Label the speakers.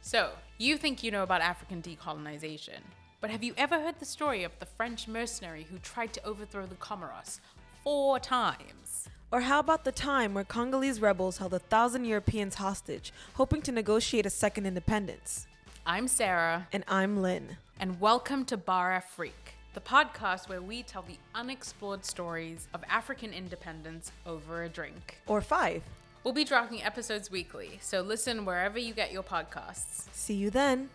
Speaker 1: So, you think you know about African decolonization, but have you ever heard the story of the French mercenary who tried to overthrow the Comoros four times?
Speaker 2: Or how about the time where Congolese rebels held a thousand Europeans hostage, hoping to negotiate a second independence?
Speaker 1: I'm Sarah,
Speaker 2: And I'm Lynn.
Speaker 1: and welcome to Bar Afrique, the podcast where we tell the unexplored stories of African independence over a drink.
Speaker 2: Or five.
Speaker 1: We'll be dropping episodes weekly, so listen wherever you get your podcasts.
Speaker 2: See you then.